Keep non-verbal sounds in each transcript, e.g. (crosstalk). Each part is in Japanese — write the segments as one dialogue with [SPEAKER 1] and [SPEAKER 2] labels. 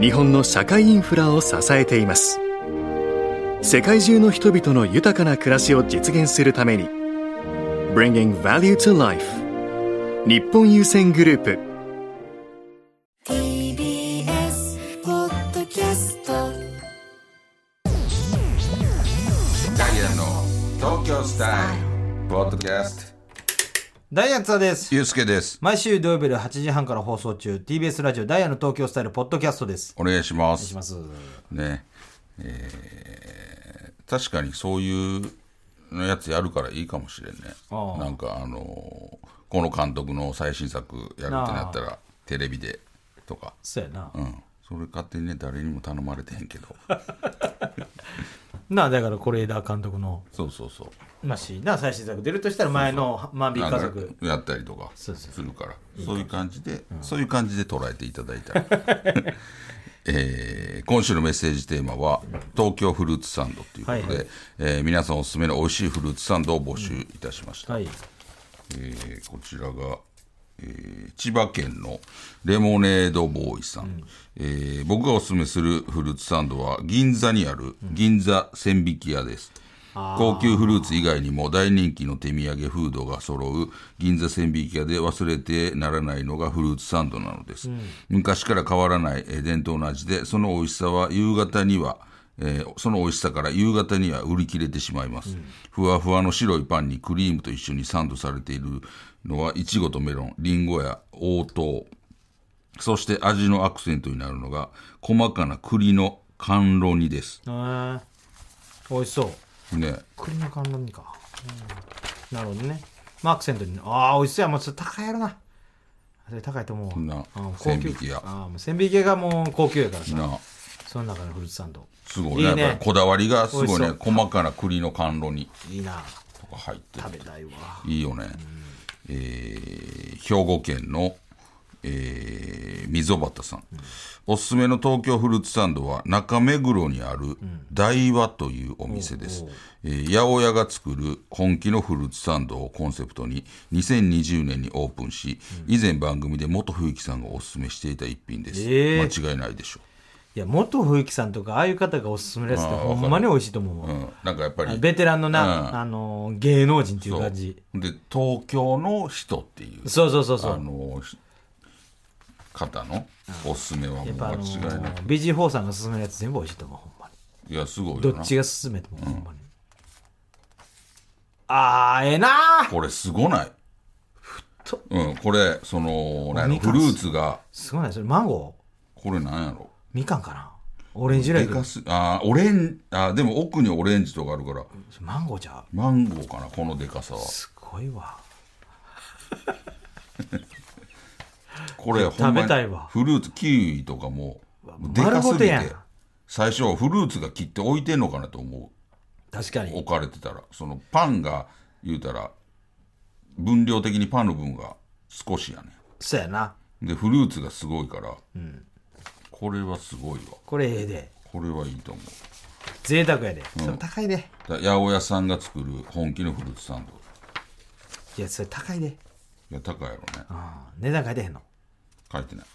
[SPEAKER 1] 日本の社会インフラを支えています世界中の人々の豊かな暮らしを実現するために Bringing Value to Life 日本郵船グループ
[SPEAKER 2] TBS ポッドキャスト
[SPEAKER 3] ダイアンの東京スタイルポッドキャス
[SPEAKER 4] ダイアンツアです
[SPEAKER 3] ト。ゆうすけです
[SPEAKER 4] 毎週土曜日夜8時半から放送中、TBS ラジオダイヤの東京スタイルポッドキャストです。
[SPEAKER 3] お願いしま
[SPEAKER 4] お願い
[SPEAKER 3] す
[SPEAKER 4] します。
[SPEAKER 3] ねえー確かにそういうのやつやるからいいかもしれんね
[SPEAKER 4] ああ
[SPEAKER 3] なんかあのーこの監督の最新作やるってなったらテレビでとか
[SPEAKER 4] そうやな。
[SPEAKER 3] うんそれ勝手にね誰にも頼まれてへんけ
[SPEAKER 4] (laughs)
[SPEAKER 3] ど
[SPEAKER 4] なあ、だから是枝監督の、
[SPEAKER 3] そうそうそう
[SPEAKER 4] まあ、しな、最新作出るとしたら前の万引き家族。
[SPEAKER 3] やったりとかす
[SPEAKER 4] そうそう
[SPEAKER 3] るからそういう感じでそういう感じで捉えていただいたらえー今週のメッセージテーマは「東京フルーツサンド」ということで、
[SPEAKER 4] はいはい
[SPEAKER 3] えー皆さんおすすめの美味しいフルーツサンドを募集いたしました、
[SPEAKER 4] はい。
[SPEAKER 3] えーこちらが、えー千葉県のレモネードボーイさん、えー僕がおすすめするフルーツサンドは銀座にある銀座千匹屋です、高級フルーツ以外にも大人気の手土産フードが揃う銀座千匹屋で忘れてならないのがフルーツサンドなのです、昔から変わらないえー伝統の味でその美味しさは夕方にはえーその美味しさから夕方には売り切れてしまいます、ふわふわの白いパンにクリームと一緒にサンドされているのはいちごとメロンりんごや黄桃そして味のアクセントになるのが細かな栗の甘露煮です
[SPEAKER 4] えー、美味しそう。
[SPEAKER 3] ね
[SPEAKER 4] 栗の甘露煮か、うんなるほどね。まあ、アクセントに、ああ、美味しそうや。もうそれ高いやろな。それ高いと思うわ。
[SPEAKER 3] そんな
[SPEAKER 4] うん
[SPEAKER 3] 千匹屋
[SPEAKER 4] ああ、もう千匹屋がもう高級やからさ。
[SPEAKER 3] なあ
[SPEAKER 4] その中のフルーツサンド。
[SPEAKER 3] すごいね
[SPEAKER 4] いいね
[SPEAKER 3] やっぱりこだわりがすごい
[SPEAKER 4] 美
[SPEAKER 3] ね
[SPEAKER 4] 味し
[SPEAKER 3] 細かな栗の甘露煮
[SPEAKER 4] いいな。
[SPEAKER 3] とか入って
[SPEAKER 4] 食べたいわ。
[SPEAKER 3] いいよね、えー兵庫県の、えー溝端さん、おすすめの東京フルーツサンドは中目黒にある大和というお店です、えー八百屋が作る本気のフルーツサンドをコンセプトに2020年にオープンし、以前番組で元冬樹さんがおすすめしていた一品です、
[SPEAKER 4] えー
[SPEAKER 3] 間違いないでしょ
[SPEAKER 4] いや、元冬樹さんとか、ああいう方がおすすめですって、
[SPEAKER 3] あー
[SPEAKER 4] ほんまに美味しいと思う
[SPEAKER 3] う、
[SPEAKER 4] わ
[SPEAKER 3] う。ん、なんかやっぱ
[SPEAKER 4] あ
[SPEAKER 3] り
[SPEAKER 4] ベテランのな、
[SPEAKER 3] うん
[SPEAKER 4] あのー、芸能人っていう感じ。
[SPEAKER 3] そうで東京の人っていう
[SPEAKER 4] そうそうそうそ
[SPEAKER 3] あ
[SPEAKER 4] う。
[SPEAKER 3] のし方のおすすめはもう
[SPEAKER 4] やっぱ
[SPEAKER 3] 間
[SPEAKER 4] あの
[SPEAKER 3] 違いなく
[SPEAKER 4] ー、ビジフォーさんが勧めるやつ全部美味しいと思う、ほんまに。
[SPEAKER 3] いやすごい
[SPEAKER 4] ど
[SPEAKER 3] よ
[SPEAKER 4] っ
[SPEAKER 3] な
[SPEAKER 4] ちが勧めてもほんまに。あー、ええなー
[SPEAKER 3] これすごない
[SPEAKER 4] と
[SPEAKER 3] うんこれそのなんや
[SPEAKER 4] み
[SPEAKER 3] ろ
[SPEAKER 4] か
[SPEAKER 3] フ
[SPEAKER 4] ん
[SPEAKER 3] ルーツが
[SPEAKER 4] すごいね、それ、マンゴー
[SPEAKER 3] これなんやろ
[SPEAKER 4] みかんかなオレンジレ
[SPEAKER 3] で
[SPEAKER 4] イ
[SPEAKER 3] かすあーオレンあーでも奥にオレンジとかあるから
[SPEAKER 4] マンゴーじゃう
[SPEAKER 3] マンゴーかなこのでかさは
[SPEAKER 4] すごいわ。
[SPEAKER 3] これほんまに
[SPEAKER 4] 食べたいわ
[SPEAKER 3] フルーツキウイとかも
[SPEAKER 4] もう
[SPEAKER 3] でかすぎ
[SPEAKER 4] 丸ごとや
[SPEAKER 3] て
[SPEAKER 4] ん
[SPEAKER 3] 最初フルーツが切って置いてんのかなと思う
[SPEAKER 4] 確かに。
[SPEAKER 3] 置かれてたらそのパンが言うたら分量的にパンの分が少しやね
[SPEAKER 4] そうやな。
[SPEAKER 3] んでフルーツがすごいから、これはすごいわ
[SPEAKER 4] これええで。
[SPEAKER 3] これはいいと思う
[SPEAKER 4] 贅沢やで。それ高いで。
[SPEAKER 3] だ八百屋さんが作る本気のフルーツサンド
[SPEAKER 4] いや、それ高いで。
[SPEAKER 3] いや高いやろね
[SPEAKER 4] あー値段書いてへんの。
[SPEAKER 3] 書いてない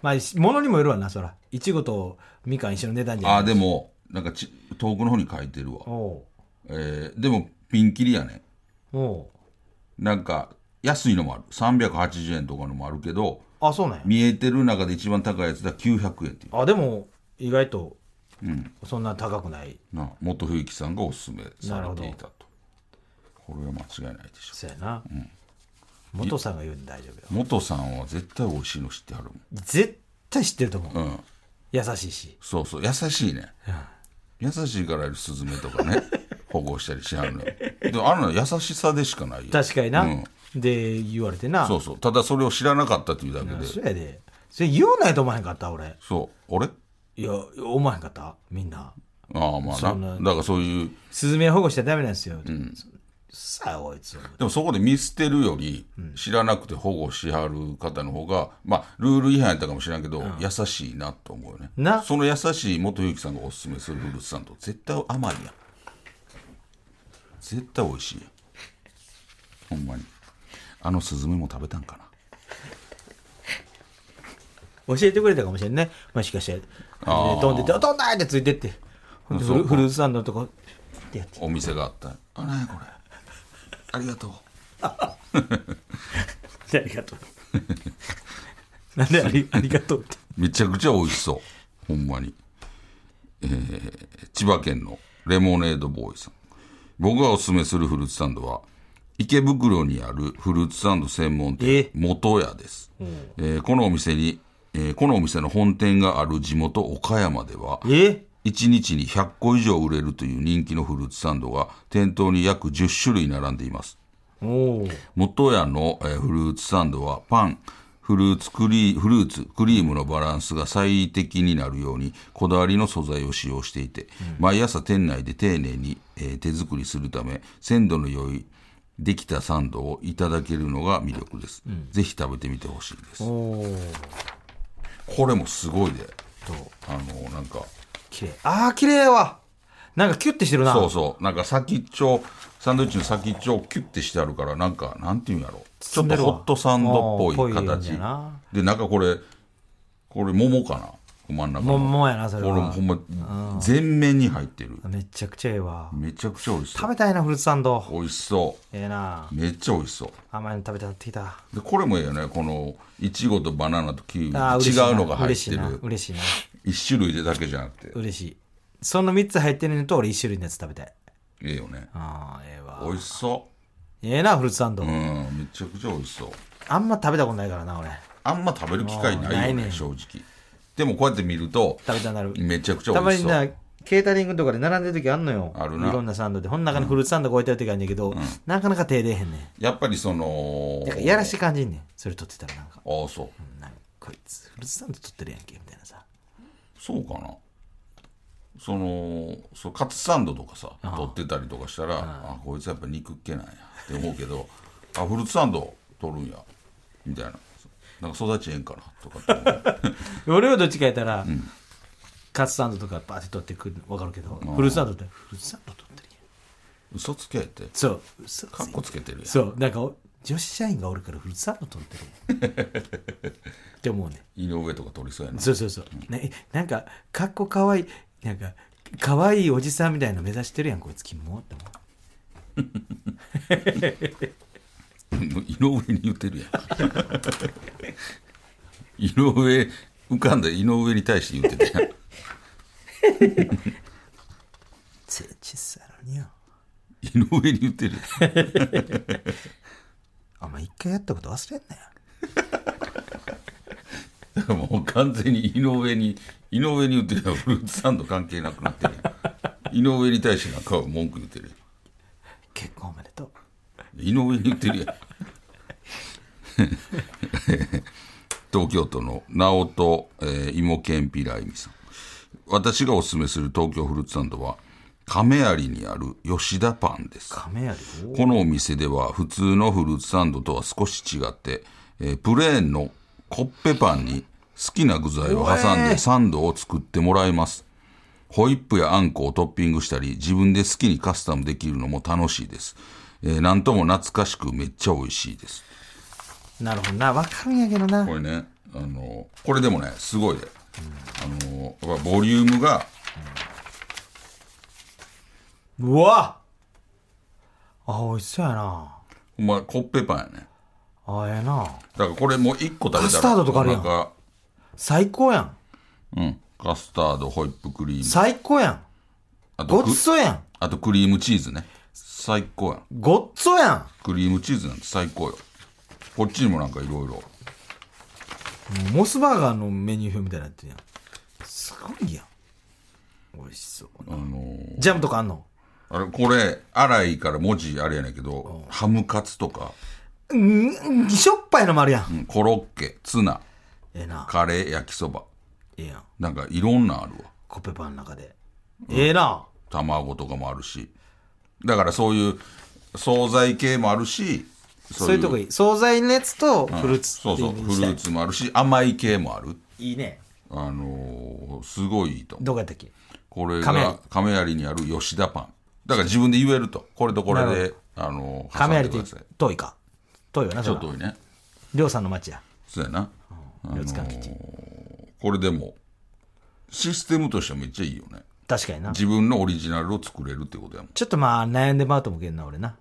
[SPEAKER 4] まあ、し物にもよるわな、そら。いちごとみかん一緒の値段じゃ
[SPEAKER 3] あ
[SPEAKER 4] ない。
[SPEAKER 3] あでもなんかち遠くの方に書いてるわ、
[SPEAKER 4] お
[SPEAKER 3] えーでもピンキリやね
[SPEAKER 4] うお
[SPEAKER 3] んなんか安いのもある380円とかのもあるけど
[SPEAKER 4] うあ、そうなんや。
[SPEAKER 3] 見えてる中で一番高いやつだ900円っていう
[SPEAKER 4] あ、でも、意外と、そんな高くない。
[SPEAKER 3] な元冬樹さんがおすすめされていたとこれは間違いないでしょ
[SPEAKER 4] そうやな。元さんが言うんで大丈夫よ。
[SPEAKER 3] 元さんは絶対美味しいの知ってはる
[SPEAKER 4] 絶対知ってると思う。
[SPEAKER 3] もんうん
[SPEAKER 4] 優しいし。
[SPEAKER 3] そうそう優しいね優しいからスズメとか
[SPEAKER 4] (laughs)
[SPEAKER 3] ね保護したりしはるのよでもあるの優しさでしかないよ
[SPEAKER 4] 確かにな。
[SPEAKER 3] うん
[SPEAKER 4] で、言われてな。
[SPEAKER 3] そうそうただそれを知らなかったというだけで
[SPEAKER 4] そやで。それ言うないと思わへんかった、俺。
[SPEAKER 3] そう俺
[SPEAKER 4] いや思わへんかったみんな
[SPEAKER 3] ああまあ
[SPEAKER 4] そん
[SPEAKER 3] な
[SPEAKER 4] な
[SPEAKER 3] だからそういう
[SPEAKER 4] スズメを保護しちゃダメなんですよ、さあこいつ
[SPEAKER 3] でもそこで見捨てるより知らなくて保護しはる方の方が、まあルール違反やったかもしれんけど、優しいなと思うよね
[SPEAKER 4] な
[SPEAKER 3] その優しい元幸さんがおすすめするフルーツサンド絶対甘いやん絶対美味しいやんほんまにあのスズメも食べたんかな
[SPEAKER 4] 教えてくれたかもしれんねもしかしてで
[SPEAKER 3] あー
[SPEAKER 4] 飛んでって「飛んだ!」ってついてってほんでフ
[SPEAKER 3] そう
[SPEAKER 4] ル
[SPEAKER 3] か
[SPEAKER 4] フルーツサンドのとこっ
[SPEAKER 3] (laughs)
[SPEAKER 4] てやって
[SPEAKER 3] お店があったらあなんやこれありがとう
[SPEAKER 4] ありがとうなんでありありがとうって
[SPEAKER 3] めちゃくちゃ美味しそう。ほんまに。えー千葉県のレモネードボーイさん。僕がおすすめするフルーツサンドは、池袋にあるフルーツサンド専門店
[SPEAKER 4] え、
[SPEAKER 3] 元屋です。えーこのお店に、えーこのお店の本店がある地元岡山では、
[SPEAKER 4] え
[SPEAKER 3] 1日に100個以上売れるという人気のフルーツサンドが店頭に約10種類並んでいます。
[SPEAKER 4] おお
[SPEAKER 3] 元屋の、えーフルーツサンドはパンフルーツクリーフルーツクリームのバランスが最適になるようにこだわりの素材を使用していて、毎朝店内で丁寧に、えー手作りするため鮮度の良いできたサンドをいただけるのが魅力です、ぜひ食べてみてほしいです
[SPEAKER 4] おお
[SPEAKER 3] これもすごいで
[SPEAKER 4] と
[SPEAKER 3] あのなんか
[SPEAKER 4] 綺麗ああ綺麗やわなんかキュッてしてるな
[SPEAKER 3] そうそうなんか先っちょサンドイッチの先っちょをキュッてしてあるからなんかなんていうんやろちょ
[SPEAKER 4] 包
[SPEAKER 3] っ
[SPEAKER 4] ん
[SPEAKER 3] と
[SPEAKER 4] でるわ
[SPEAKER 3] ホットサンドっぽい
[SPEAKER 4] あーぽいん
[SPEAKER 3] 形
[SPEAKER 4] やな
[SPEAKER 3] でなんかこれこれ桃かな真ん中の
[SPEAKER 4] 桃やなそれは
[SPEAKER 3] これもほんま全面に入ってる
[SPEAKER 4] めちゃくちゃええわ
[SPEAKER 3] めちゃくちゃ美味しそ
[SPEAKER 4] 食
[SPEAKER 3] う
[SPEAKER 4] べたいなフルーツサンド
[SPEAKER 3] 美味しそ
[SPEAKER 4] ええな
[SPEAKER 3] うめっちゃ美味しそう
[SPEAKER 4] 甘いの食べたなってきたあ
[SPEAKER 3] でこれもいいよねこのいちごとバナナとキウイ違う
[SPEAKER 4] ー嬉しいな
[SPEAKER 3] のが入ってる
[SPEAKER 4] 嬉しいな嬉しいな
[SPEAKER 3] 一種類でだけじゃなくて
[SPEAKER 4] 嬉しいその3つ入ってるのと俺1種類のやつ食べたい
[SPEAKER 3] いいよね
[SPEAKER 4] ああええわ
[SPEAKER 3] 美味しそ
[SPEAKER 4] ええなフルーツサンド、
[SPEAKER 3] ううんめちゃくちゃ美味しそう
[SPEAKER 4] あんま食べたことないからな俺
[SPEAKER 3] あんま食べる機会ないよ
[SPEAKER 4] な
[SPEAKER 3] ね
[SPEAKER 4] いね
[SPEAKER 3] 正直でもこうやって見ると
[SPEAKER 4] 食べたくなる
[SPEAKER 3] めちゃくちゃ
[SPEAKER 4] た
[SPEAKER 3] 美
[SPEAKER 4] ま
[SPEAKER 3] 味し
[SPEAKER 4] に
[SPEAKER 3] そう
[SPEAKER 4] なケータリングとかで並んでる時あんのよ
[SPEAKER 3] あるない
[SPEAKER 4] ろんなサンドでほん中にフルーツサンドが置いてある時あるんだけど、なかなか手出えへんねん
[SPEAKER 3] やっぱりその
[SPEAKER 4] なんかやらしい感じにねんそれ取ってたらなんか
[SPEAKER 3] ああそう
[SPEAKER 4] なんかこいつフルーツサンド取ってるやんけみたいなさ
[SPEAKER 3] そうかなそのそうカツサンドとかさ取ってたりとかしたらあこいつやっぱ肉っけないやって思うけどあフルーツサンド取るんやみたいななんか育ちええんかなとかって思う
[SPEAKER 4] 俺はどっちかやったら、カツサンドとかバーって取ってくるの分かるけど、フルーツサンドってフルーツサンド取ってるやん
[SPEAKER 3] 嘘つけって
[SPEAKER 4] そう嘘
[SPEAKER 3] かっこつけてるやん
[SPEAKER 4] そうなんか女子社員がおるからフルーツサンド取ってる
[SPEAKER 3] (laughs)
[SPEAKER 4] やんって思うね
[SPEAKER 3] 井上とか取りそうやな
[SPEAKER 4] そうそうそう、ね、なんかかっこかわいいなんかかわいいおじさんみたいなの目指してるやんこいつキモって思う
[SPEAKER 3] 井上に言ってるやん井上浮かんだ井上に対して言ってたやん
[SPEAKER 4] せちさのによ
[SPEAKER 3] 井上に言ってるやん
[SPEAKER 4] お前一回やったこと忘れんなよ
[SPEAKER 3] だからもう完全に井上に井上に言ってるやんフルーツサンド関係なくなってるやん井上に対してなんか文句言ってるやん
[SPEAKER 4] 結婚おめでとう
[SPEAKER 3] 井上に言ってるやん東京都の直人、えー、芋けんぴらいみさん私がおすすめする東京フルーツサンドは亀有にある吉田パンです
[SPEAKER 4] 亀有
[SPEAKER 3] このお店では普通のフルーツサンドとは少し違って、えープレーンのコッペパンに好きな具材を挟んでサンドを作ってもらいますホイップやあんこをトッピングしたり自分で好きにカスタムできるのも楽しいです、えーなんとも懐かしくめっちゃ美味しいです
[SPEAKER 4] なるほどな分かるんやけどな
[SPEAKER 3] これねあのこれでもねすごいで、あのやっぱボリュームが
[SPEAKER 4] うわあ美味しそうやな
[SPEAKER 3] ほんまコッペパンやね
[SPEAKER 4] あええな
[SPEAKER 3] だからこれもう1個食べたら
[SPEAKER 4] カスタードとかあるやん
[SPEAKER 3] お腹
[SPEAKER 4] 最高やん
[SPEAKER 3] うんカスタードホイップクリーム
[SPEAKER 4] 最高やん
[SPEAKER 3] あと
[SPEAKER 4] ご
[SPEAKER 3] く
[SPEAKER 4] っそやん
[SPEAKER 3] あとクリームチーズね。最高やん。
[SPEAKER 4] ごっそやん
[SPEAKER 3] クリームチーズなんて最高よ。こっちにもなんかいろいろ。
[SPEAKER 4] もうモスバーガーのメニュー表みたいになってるやんすごいやん美味しそうな、ジャムとかあんの
[SPEAKER 3] あれ、これ、荒いから文字あれやねんけど、ハムカツとか、
[SPEAKER 4] うんうんしょっぱいのもあるやん、
[SPEAKER 3] うんコロッケ、ツナ、
[SPEAKER 4] ええな
[SPEAKER 3] カレー、焼きそば。
[SPEAKER 4] えええやん。
[SPEAKER 3] なんかいろんなんあるわ。
[SPEAKER 4] コッペパンの中で。ええな。
[SPEAKER 3] 卵とかもあるし。だからそういう、惣菜系もあるし、そ
[SPEAKER 4] そういうとこいい。惣菜のやつとフルーツ
[SPEAKER 3] そうそう、
[SPEAKER 4] ってい
[SPEAKER 3] フ
[SPEAKER 4] のにしたい
[SPEAKER 3] ルーツもあるし、甘い系もある。
[SPEAKER 4] いいね。
[SPEAKER 3] あのーすごいいいと思う。
[SPEAKER 4] どこやったっけ
[SPEAKER 3] これ
[SPEAKER 4] 亀
[SPEAKER 3] が
[SPEAKER 4] 有
[SPEAKER 3] 亀有にある吉田パン。だから自分で言えると。これとこれ
[SPEAKER 4] なる
[SPEAKER 3] で、あのー、
[SPEAKER 4] 亀有
[SPEAKER 3] 挟んで
[SPEAKER 4] っ
[SPEAKER 3] くださ
[SPEAKER 4] て
[SPEAKER 3] い
[SPEAKER 4] 遠いか。遠いよな、
[SPEAKER 3] ちょっと
[SPEAKER 4] そら
[SPEAKER 3] 多いね。
[SPEAKER 4] りょうさんの町や。
[SPEAKER 3] そうやな。
[SPEAKER 4] 両津勘吉。
[SPEAKER 3] これでも、システムとしてはめっちゃいいよね。
[SPEAKER 4] 確かにな。
[SPEAKER 3] 自分のオリジナルを作れるってことやもん。
[SPEAKER 4] ちょっとまあ悩んでまうと思うけどな、俺な。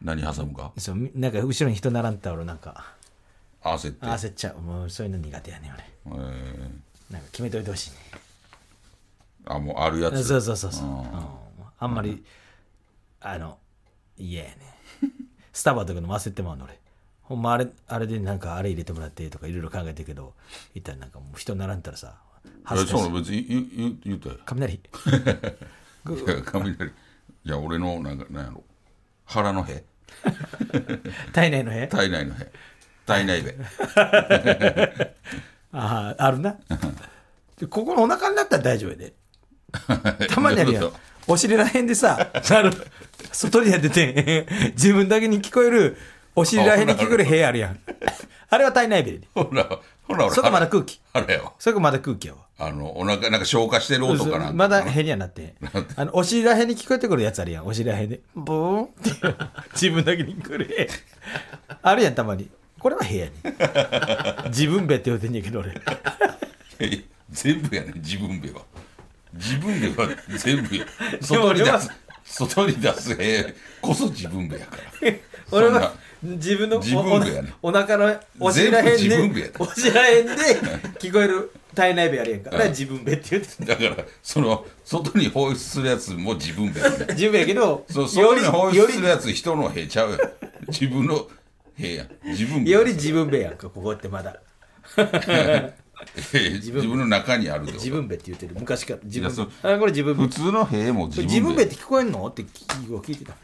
[SPEAKER 3] 何挟むか
[SPEAKER 4] そう、みなんか後ろに人並んでたら俺なんか、
[SPEAKER 3] 合わせて。
[SPEAKER 4] 焦っちゃう。もうそういうの苦手やねん、俺。
[SPEAKER 3] えー
[SPEAKER 4] なんか決めといてほしいね。
[SPEAKER 3] あ、もうあるやつ。
[SPEAKER 4] そうそうそうそう、うんあんまり、あの嫌 (laughs) やねスタバとかのも焦ってまうの俺ほんまあれあれでなんかあれ入れてもらってとかいろいろ考えてるけどいったらなんかもう人並んだらさ
[SPEAKER 3] え
[SPEAKER 4] 恥ず
[SPEAKER 3] そう
[SPEAKER 4] か
[SPEAKER 3] な
[SPEAKER 4] し
[SPEAKER 3] いの別に言う言う言うたよ。
[SPEAKER 4] 雷
[SPEAKER 3] いや、雷。いや、俺の、なんか、なんやろ。腹の屁
[SPEAKER 4] 体内の部屋
[SPEAKER 3] 体内の屁体内部。
[SPEAKER 4] あああるなでここのお腹になったら大丈夫
[SPEAKER 3] (laughs)
[SPEAKER 4] やでたまにあるや
[SPEAKER 3] どうい
[SPEAKER 4] ん
[SPEAKER 3] うこ
[SPEAKER 4] お尻らへんでさなる外にやってて自分だけに聞こえるお尻らへんに聞こえる部屋あるやんあれは体内部やで
[SPEAKER 3] ほら、ほら、ほら。
[SPEAKER 4] そこまだ空気
[SPEAKER 3] あれよ。
[SPEAKER 4] それかまだ空気やわ
[SPEAKER 3] あの、お腹、なんか消化してる音かな。
[SPEAKER 4] まだへにはなってへんあのお尻らへんに聞こえてくるやつあるやんお尻らへんでブーンって (laughs) 自分だけにくれあるやんたまにこれは部屋に自分べって言うてんやけど俺
[SPEAKER 3] いやいや全部やね自分では自分では全部や
[SPEAKER 4] (laughs) でも
[SPEAKER 3] 外に
[SPEAKER 4] 俺
[SPEAKER 3] 出
[SPEAKER 4] は
[SPEAKER 3] す外に出すえこそ自分部やから
[SPEAKER 4] 俺
[SPEAKER 3] そんな
[SPEAKER 4] は自分のお
[SPEAKER 3] 自分部やね
[SPEAKER 4] おお腹のお尻らへん
[SPEAKER 3] 全部自分部や
[SPEAKER 4] で
[SPEAKER 3] った
[SPEAKER 4] お尻らへんで聞こえる体内部あるやんかあれは自分べって言うてんねん
[SPEAKER 3] だからその外に放出するやつも自分部やね
[SPEAKER 4] 自分やけど
[SPEAKER 3] そう
[SPEAKER 4] よ
[SPEAKER 3] 外
[SPEAKER 4] り
[SPEAKER 3] に放
[SPEAKER 4] よ
[SPEAKER 3] 出する
[SPEAKER 4] り
[SPEAKER 3] やつ人の部ちゃうやん自分の部や自分部や
[SPEAKER 4] より自分べやんかここってまだ
[SPEAKER 3] ええ自分の中にあるってこ
[SPEAKER 4] 自
[SPEAKER 3] と
[SPEAKER 4] 分べって言ってる昔から自
[SPEAKER 3] いやそう
[SPEAKER 4] 分あこれ自分
[SPEAKER 3] 普
[SPEAKER 4] べ
[SPEAKER 3] 通の部も
[SPEAKER 4] こ
[SPEAKER 3] 自
[SPEAKER 4] れ自
[SPEAKER 3] 分
[SPEAKER 4] 分
[SPEAKER 3] 部
[SPEAKER 4] べ
[SPEAKER 3] や
[SPEAKER 4] って聞こえんのって聞聞いてた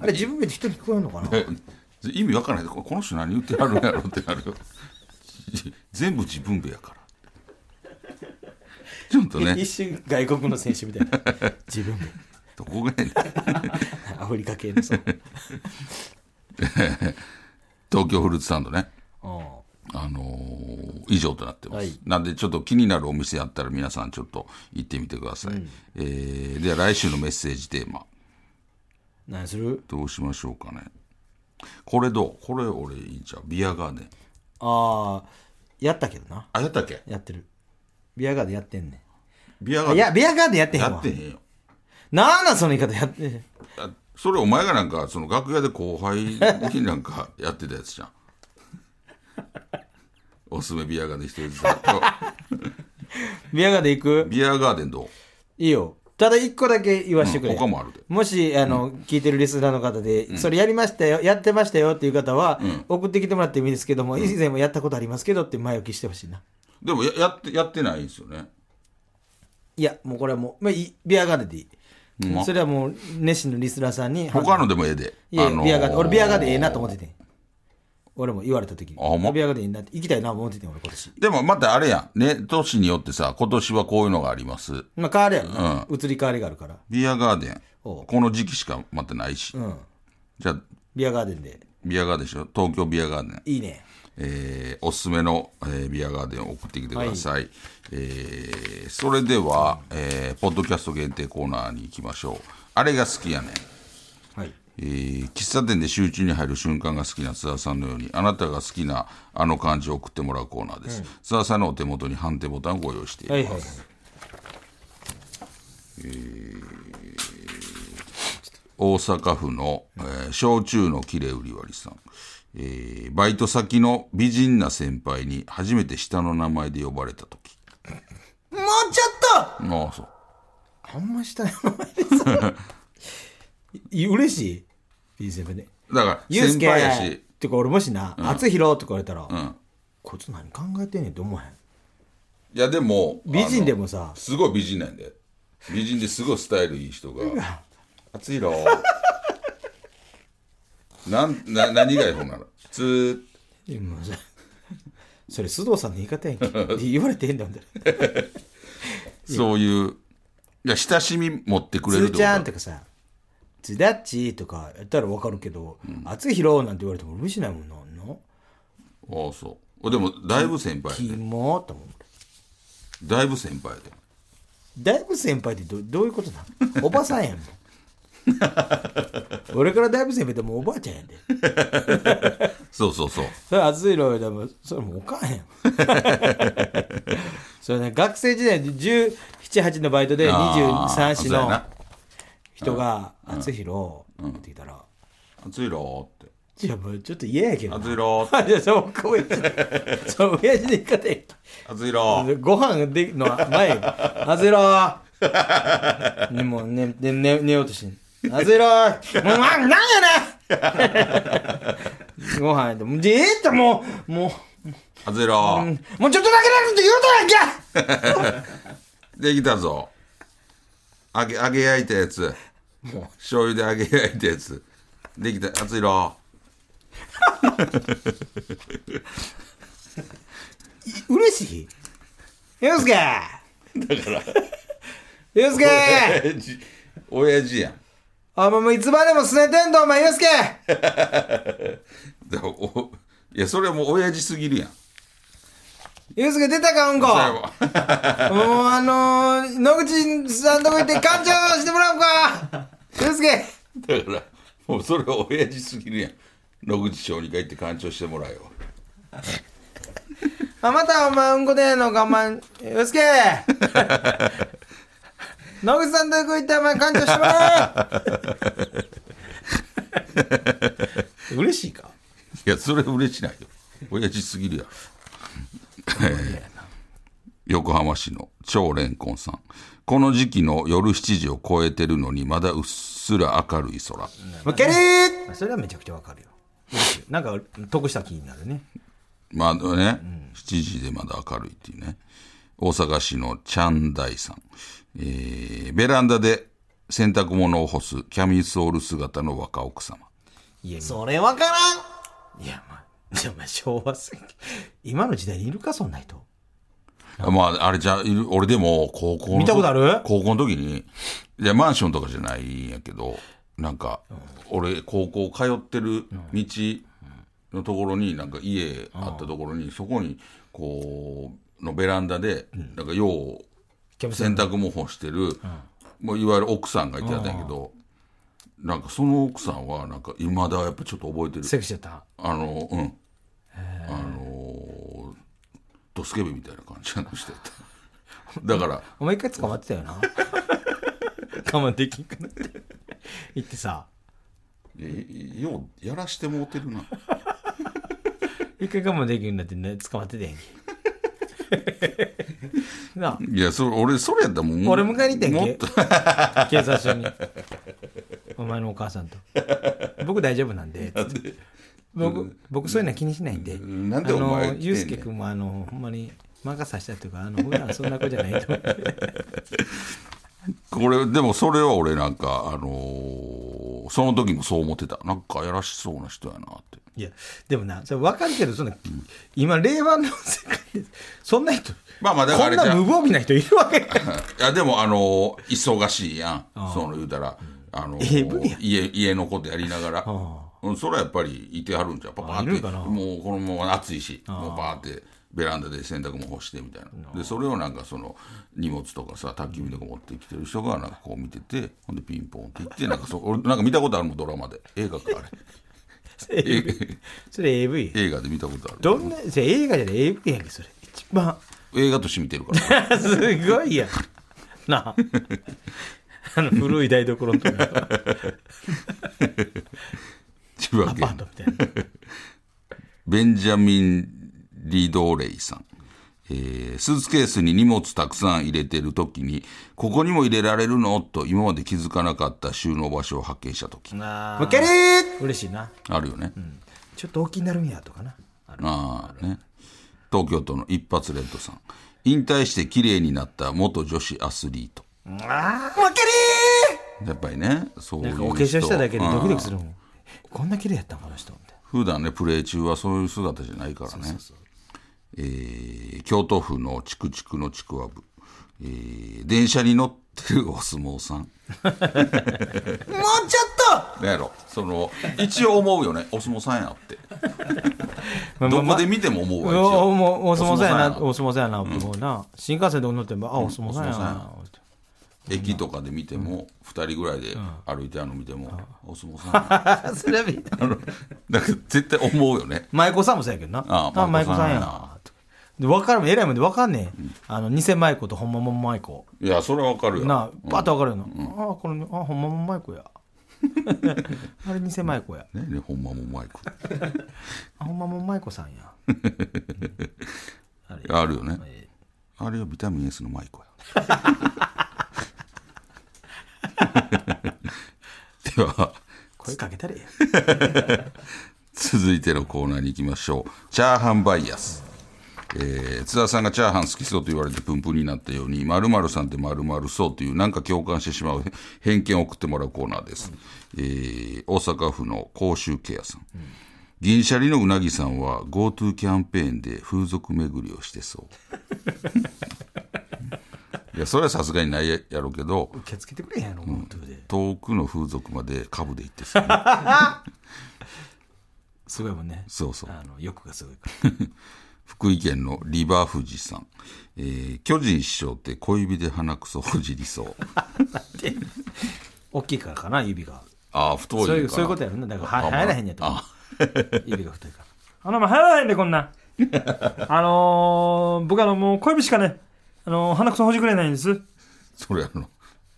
[SPEAKER 4] あれ自分べって人に聞こえんのかな
[SPEAKER 3] 意味わからないここの人何言ってはるんやろってなるよ全部自分部やからちょっと (laughs) ね
[SPEAKER 4] 一瞬外国の選手みたい
[SPEAKER 3] (laughs)
[SPEAKER 4] な自分べ
[SPEAKER 3] どこがやねん
[SPEAKER 4] アフリカ系の (laughs) そう
[SPEAKER 3] 東京フルーツサンドね、
[SPEAKER 4] う
[SPEAKER 3] あのー以上となってます、
[SPEAKER 4] はい
[SPEAKER 3] なんでちょっと気になるお店あったら皆さんちょっと行ってみてください、えーでは来週のメッセージテーマ
[SPEAKER 4] ん何する
[SPEAKER 3] どうしましょうかねこれどうこれ俺いいんちゃうビアガーデン
[SPEAKER 4] ああやったけどな
[SPEAKER 3] あやったっけ
[SPEAKER 4] やってるビアガーデンやってんね
[SPEAKER 3] ビアガー
[SPEAKER 4] ん
[SPEAKER 3] デン
[SPEAKER 4] いやビアガーデンやってへん
[SPEAKER 3] や
[SPEAKER 4] わ
[SPEAKER 3] ってへんよ
[SPEAKER 4] なんなんその言い方やって
[SPEAKER 3] あそれお前がなんかその楽屋で後輩になんか (laughs) やってたやつじゃんおすすめビアガーデン一人ずつ
[SPEAKER 4] ビアガーデン行く
[SPEAKER 3] ビアガーデンどう
[SPEAKER 4] いいよただ一個だけ言わしてく
[SPEAKER 3] う
[SPEAKER 4] れ、
[SPEAKER 3] ん他もあるで
[SPEAKER 4] もしあの、聞いてるリスナーの方で、それやりましたよやってましたよっていう方は、送ってきてもらってもいいですけども、以前もやったことありますけどって前置きしてほしいな
[SPEAKER 3] でもややってやってないんですよね
[SPEAKER 4] いや、もうこれはもう、まあ、いいビアガーデンでいい。
[SPEAKER 3] ま
[SPEAKER 4] それはもう、熱心のリスナーさんに。
[SPEAKER 3] 他のでもええで。
[SPEAKER 4] いやいや、ビアガーデン。俺、ビアガーデンええなと
[SPEAKER 3] 思
[SPEAKER 4] 思っててん。俺も言われた時に。
[SPEAKER 3] あほんま
[SPEAKER 4] ビアガーデンいいなって、行きたいな思っててん、俺今年。
[SPEAKER 3] でもまたあれやん。ね、年によってさ、今年はこういうのがあります。
[SPEAKER 4] まあ、変わりやろな、移り変わりがあるから。
[SPEAKER 3] ビアガーデン。
[SPEAKER 4] おう
[SPEAKER 3] この時期しかまたないし。
[SPEAKER 4] うん。
[SPEAKER 3] じゃあ、
[SPEAKER 4] ビアガーデンで。
[SPEAKER 3] ビアガーデンでしょ東京ビアガーデン。
[SPEAKER 4] いいね。
[SPEAKER 3] えーおすすめの、えービアガーデンを送ってきてください。えーそれでは、えーポッドキャスト限定コーナーに行きましょう。あれが好きやねん。
[SPEAKER 4] はい。
[SPEAKER 3] えー喫茶店で集中に入る瞬間が好きな津田さんのようにあなたが好きなあの漢字を送ってもらうコーナーです、津田さんのお手元に判定ボタンをご用意しています、
[SPEAKER 4] はいはいはい。
[SPEAKER 3] 大阪府の、えー焼酎の切れ売り割りさん、えーバイト先の美人な先輩に初めて下の名前で呼ばれた時
[SPEAKER 4] もうちょっ
[SPEAKER 3] ああそう
[SPEAKER 4] とあんましたよ、お前
[SPEAKER 3] (laughs)
[SPEAKER 4] さい嬉しい ?P セブで。
[SPEAKER 3] だから
[SPEAKER 4] ユース
[SPEAKER 3] 先
[SPEAKER 4] ケ
[SPEAKER 3] 輩やし、
[SPEAKER 4] てか俺もしな、厚弘って言われたら、
[SPEAKER 3] うん、
[SPEAKER 4] こいつ何考えてんねんって思わへん。
[SPEAKER 3] いやでも
[SPEAKER 4] 美人で
[SPEAKER 3] あ
[SPEAKER 4] もさ
[SPEAKER 3] の、すごい美人なんで美人ですごいスタイルいい人が「熱いろ」なんな何がいい方なの「つー
[SPEAKER 4] 今さそれ須藤さんの言い方やんけって言われてへんだもんだ
[SPEAKER 3] そういう、いや、親しみ持ってく
[SPEAKER 4] つ
[SPEAKER 3] れるって
[SPEAKER 4] ー
[SPEAKER 3] こ
[SPEAKER 4] ちゃんと
[SPEAKER 3] と
[SPEAKER 4] かさ、つだっちーとかやったらわかるけど、熱いひろなんて言われても嬉しないもんなんの。
[SPEAKER 3] ああ、そう。でも、だいぶ先輩
[SPEAKER 4] キ
[SPEAKER 3] やで。
[SPEAKER 4] モーと思う。
[SPEAKER 3] だいぶ先輩やで。
[SPEAKER 4] だいぶ先輩ってどどういうことなのおばさんやん。もう俺からだいぶ先輩ってもうおばあちゃんやで。
[SPEAKER 3] そうそうそう。
[SPEAKER 4] それ熱いろでも、それもうおかんや (laughs) ん。それね、学生時代で17、8のバイトで
[SPEAKER 3] あー
[SPEAKER 4] 23、4
[SPEAKER 3] そうや
[SPEAKER 4] の
[SPEAKER 3] な
[SPEAKER 4] 人が、熱いろって言ったら、
[SPEAKER 3] 熱いろーって。
[SPEAKER 4] いやもうちょっと嫌やけどな。
[SPEAKER 3] 熱いろーって。
[SPEAKER 4] (laughs) あ、じゃあ、そう、こうやって。そう、親父の言い方やん
[SPEAKER 3] 熱いろー。
[SPEAKER 4] ご飯での
[SPEAKER 3] (laughs)
[SPEAKER 4] 前よ。あずいろー。ね、もう寝、ね、寝、寝ようとしてん。あずいろー。もう、あ、なんや
[SPEAKER 3] (laughs)
[SPEAKER 4] ねんご飯で、もうじーっともう、も
[SPEAKER 3] 熱いろ
[SPEAKER 4] う、
[SPEAKER 3] ー。
[SPEAKER 4] もうちょっとだけだって言うとやん
[SPEAKER 3] できたぞ。揚げ、揚げ焼いたや (laughs) つ。醤油で揚げ焼いたやつ。できた。熱いろ
[SPEAKER 4] け嬉しいゆうすけだから。ゆうすけ
[SPEAKER 3] ー。じ親父やん。
[SPEAKER 4] お前もういつまでもすねてんと、お前ゆうすけ
[SPEAKER 3] だからお (laughs) いや、それはもう親父すぎるやん。
[SPEAKER 4] ゆうすけ出たか、うんこ
[SPEAKER 3] それは
[SPEAKER 4] もうあのー、野口さんとこ行って勘定してもらおうか俊介
[SPEAKER 3] (laughs) だから、もうそれは親父すぎるやん。野口小児科行って勘定してもらえよ。
[SPEAKER 4] あまたお前うんこ出んのかお前俊介野口さんとこ行ってお前勘定してもらえ (laughs) 嬉しいか
[SPEAKER 3] いや、それは嬉しないよ。親父すぎるやろ。えー横浜市の超レンコンさん。この時期の夜7時を超えてるのに、まだうっすら明るい空。
[SPEAKER 4] もうけりーそれはめちゃくちゃわかるよ (laughs) なんか得した気になるね
[SPEAKER 3] まあね、7時でまだ明るいっていうね。大阪市のチャンダイさん。えー、ベランダで洗濯物を干すキャミソール姿の若奥様。
[SPEAKER 4] いや
[SPEAKER 2] それわからん
[SPEAKER 4] いやまあでも昭和すぎ今の時代にいるかそんな人
[SPEAKER 3] まあ、あれじゃ、いる俺でも、高校の時。
[SPEAKER 4] 見たことある
[SPEAKER 3] 高校の時に、いや、マンションとかじゃないんやけど、なんか、俺、高校通ってる道のところに、なんか家あったところに、そこに、こう、のベランダで、なんか、よ
[SPEAKER 4] キャ
[SPEAKER 3] う、
[SPEAKER 4] プテ
[SPEAKER 3] 洗
[SPEAKER 4] ン
[SPEAKER 3] 濯も干してる、もういわゆる奥さんがいてやったんやけど、なんか、その奥さんは、なんか、未だやっぱちょっと覚えてる。
[SPEAKER 4] セクシーだっ
[SPEAKER 3] あの、うん。あのー、ドスケベみたいな感じの人やった。 (laughs) だから、
[SPEAKER 4] たお前一回捕まってたよ (laughs) な我慢できんくなって言ってさ
[SPEAKER 3] えよう、やらしてもうてるな。
[SPEAKER 4] 一回我慢できるんだってね捕まってたやんけ (laughs) なあ
[SPEAKER 3] いや、それ、俺、それやったらもう、
[SPEAKER 4] 俺迎えに行ったやん
[SPEAKER 3] もっ
[SPEAKER 4] け
[SPEAKER 3] と、
[SPEAKER 4] (laughs) 警察署にお前のお母さんと僕大丈夫なんで僕僕そういうのは気にしないんで、
[SPEAKER 3] んなんでお前
[SPEAKER 4] あ
[SPEAKER 3] 来てん
[SPEAKER 4] の
[SPEAKER 3] ねん
[SPEAKER 4] ゆうすけ君もあのほんまに任させたというかあの普段そんな子じ
[SPEAKER 3] (laughs)
[SPEAKER 4] ゃないと思う
[SPEAKER 3] これ、でもそれは俺なんか、あのーその時もそう思ってた。なんか、やらしそうな人やなって。
[SPEAKER 4] いやでもなそれ分かるけどそんな、今令和の世界でそんな人
[SPEAKER 3] まあまあ、だから
[SPEAKER 4] こ
[SPEAKER 3] あ
[SPEAKER 4] ん
[SPEAKER 3] れじ
[SPEAKER 4] な
[SPEAKER 3] ゃ
[SPEAKER 4] 無
[SPEAKER 3] ん
[SPEAKER 4] 防備な人いるわけない
[SPEAKER 3] いや、でも、あのー忙しいやん。その、言うたら、あのー
[SPEAKER 4] AV やん
[SPEAKER 3] 家、家のことやりながら。
[SPEAKER 4] あ
[SPEAKER 3] うん、それはやっぱりいてはるんじゃうパパー
[SPEAKER 4] い
[SPEAKER 3] っ
[SPEAKER 4] るん
[SPEAKER 3] て
[SPEAKER 4] かな
[SPEAKER 3] もうこのまま暑いしもうパーってベランダで洗濯も干してみたいなでそれをなんかその荷物とかさ宅急便とか持ってきてる人がなんかこう見ててほんでピンポンって言ってなんかそ (laughs) 俺なんか見たことあるもんドラマで映画かあれえ
[SPEAKER 4] それ AV や
[SPEAKER 3] 映画で見たことある
[SPEAKER 4] どんな、それ映画じゃない AV やんけ、それ。一番。
[SPEAKER 3] 映画として見てるから
[SPEAKER 4] (laughs) すごいやん。 (laughs) なあ。あの、古い台所のとこのア
[SPEAKER 3] 千葉
[SPEAKER 4] パ
[SPEAKER 3] 県
[SPEAKER 4] ートみたいな。
[SPEAKER 3] ベンジャミン・リドレイさん。えースーツケースに荷物たくさん入れてるときに、ここにも入れられるのと今まで気づかなかった収納場所を発見したとき。
[SPEAKER 4] もう一回ねー嬉しいな。
[SPEAKER 3] あるよね。
[SPEAKER 4] ちょっと大きになるんや、とかな。ある
[SPEAKER 3] ああね。東京都の一発レッドさん。引退して綺麗になった元女子アスリート。
[SPEAKER 4] あ
[SPEAKER 3] やっぱりね、そういう
[SPEAKER 4] ー
[SPEAKER 3] 人。
[SPEAKER 4] お化粧しただけでドキドキす
[SPEAKER 3] る。
[SPEAKER 4] るもん。こんな綺麗やったんこの人。みたいな
[SPEAKER 3] 普段ね、プレー中はそういう姿じゃないからね。えー京都府のちくちくのちくわぶ、えー電車に乗ってるお相撲 (laughs) さん。
[SPEAKER 4] もうちょっ
[SPEAKER 3] なんやろその一応思うよねお相撲さんやな (laughs) って
[SPEAKER 4] と
[SPEAKER 3] どこで見ても思う (laughs) わ一応
[SPEAKER 4] おもうお相撲さんやな、
[SPEAKER 3] お
[SPEAKER 4] お相撲さんやな、思うな。新幹線で乗っても、あ、お相撲さんや
[SPEAKER 3] お相撲
[SPEAKER 4] な。
[SPEAKER 3] 駅とかで見ても2人ぐらいで歩いてあるの見てもお相撲さんや (laughs) な
[SPEAKER 4] それは見た
[SPEAKER 3] あのだから絶対思うよね
[SPEAKER 4] 舞妓さんもそうやけどな。
[SPEAKER 3] ああ
[SPEAKER 4] あ、舞
[SPEAKER 3] 舞
[SPEAKER 4] 妓
[SPEAKER 3] 妓
[SPEAKER 4] さ
[SPEAKER 3] さん
[SPEAKER 4] んや
[SPEAKER 3] やな
[SPEAKER 4] な。で、分からん、偉いもんで分かんねえ。あの、偽舞妓と本物舞妓。
[SPEAKER 3] いやそれはわかるよ
[SPEAKER 4] なあ、バッと分かるよな。ああ、これ、あ、ほんまもん舞妓や。 (laughs) あれ、偽舞妓や。
[SPEAKER 3] ねねほんまもマイク
[SPEAKER 4] あ、ほんまもん舞妓さんや。
[SPEAKER 3] あるよねあれはビタミン S のマイクや (laughs) では
[SPEAKER 4] 声かけたれや。
[SPEAKER 3] 続いてのコーナーに行きましょうチャーハンバイアス、えー津田さんがチャーハン好きそうと言われてプンプンになったように〇〇さんって〇〇そうというなんか共感してしまう偏見を送ってもらうコーナーです、えー大阪府の甲州ケアさん、銀シャリのうなぎさんは GoTo キャンペーンで風俗巡りをしてそういやそれはさすがにないやろうけど
[SPEAKER 4] 受け付けてくれへんやろ、本当で。
[SPEAKER 3] 遠くの風俗まで株で行ってそう、
[SPEAKER 4] すごいもんね。
[SPEAKER 3] そうそう
[SPEAKER 4] あの、欲がすごいから。
[SPEAKER 3] 福井県のリバー富士さん、えー巨人師匠って小指で鼻くそほじりそう
[SPEAKER 4] 大きいからかな、指が。
[SPEAKER 3] ああ太い
[SPEAKER 4] そうい
[SPEAKER 3] ん
[SPEAKER 4] う
[SPEAKER 3] かな
[SPEAKER 4] そういうことやろな。だから、は
[SPEAKER 3] あ
[SPEAKER 4] 入らへんやと思う
[SPEAKER 3] あ。
[SPEAKER 4] 指が太いから。
[SPEAKER 5] あの、まあ、入らないんで、こん
[SPEAKER 3] (laughs)
[SPEAKER 5] な。あのー、僕あの、もう小指しかね、あのー、鼻くそほじくれないんです。
[SPEAKER 3] それあの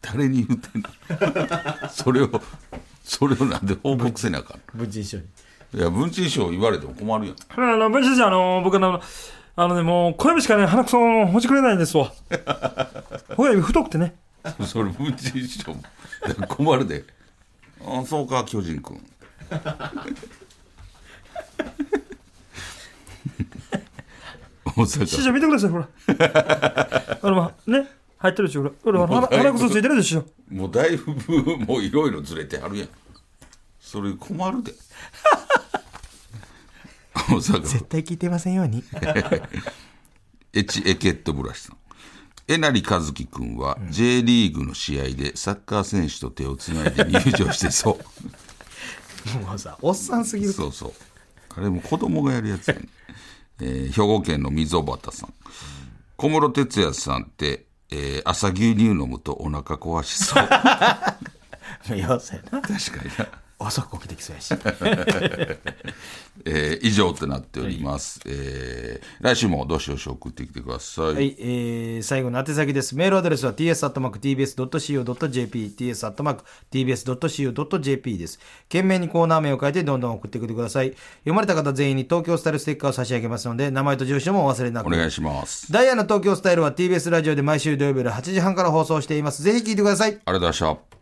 [SPEAKER 3] 誰に言ってんの (laughs) それをそれをなんで報告せなあかん
[SPEAKER 4] 文鎮師匠に。
[SPEAKER 3] のいや文珍師匠言われても困るやん
[SPEAKER 5] あの、文章じゃ、あのー、僕あの、あのね、もう小指しかね、鼻くそほじくれないんですわ。小指太くてね。
[SPEAKER 3] それ文珍師匠もだから困るでああそうか巨人くん
[SPEAKER 4] (laughs)
[SPEAKER 3] 大
[SPEAKER 5] 師
[SPEAKER 3] 阪
[SPEAKER 5] 匠見てください、ほら。あの、まあ、ね、入ってるでしょ、ほら。ほら、鼻鼻くそついてるでしょ。
[SPEAKER 3] もうだいぶもういろいろずれてあるやんそれ困る
[SPEAKER 4] (laughs)
[SPEAKER 3] で大阪府
[SPEAKER 4] 対聞いてませんように。
[SPEAKER 3] (laughs) エチエケットブラシさん。えなりかずきくんは J リーグの試合でサッカー選手と手をつないで入場して
[SPEAKER 4] (laughs)
[SPEAKER 3] そ
[SPEAKER 4] もうさ、おっさんすぎ
[SPEAKER 3] う。
[SPEAKER 4] る。
[SPEAKER 3] そうそう。あれも子供がやるやつ
[SPEAKER 4] (laughs)
[SPEAKER 3] やね。えー兵庫県の溝端さん。小室哲哉さんって、えー朝牛乳飲むとお腹壊しそう。確か
[SPEAKER 4] よせな。
[SPEAKER 3] にな。
[SPEAKER 4] (laughs) 遅く起きてきそうやし。
[SPEAKER 3] えー以上となっております。えー来週もどしどし送ってきてください。
[SPEAKER 4] はい、えー最後の宛先です。メールアドレスは ts.tbs.co.jp、ts.tbs.co.jp です。懸命にコーナー名を書いてどんどん送ってきてください。読まれた方全員に東京スタイルステッカーを差し上げますので、名前と住所もお忘れな
[SPEAKER 3] お
[SPEAKER 4] く。
[SPEAKER 3] 願いします。
[SPEAKER 4] ダイヤの東京スタイルは TBS ラジオで毎週土曜日夜8時半から放送しています。ぜひ聞いてください。
[SPEAKER 3] ありがとうございました。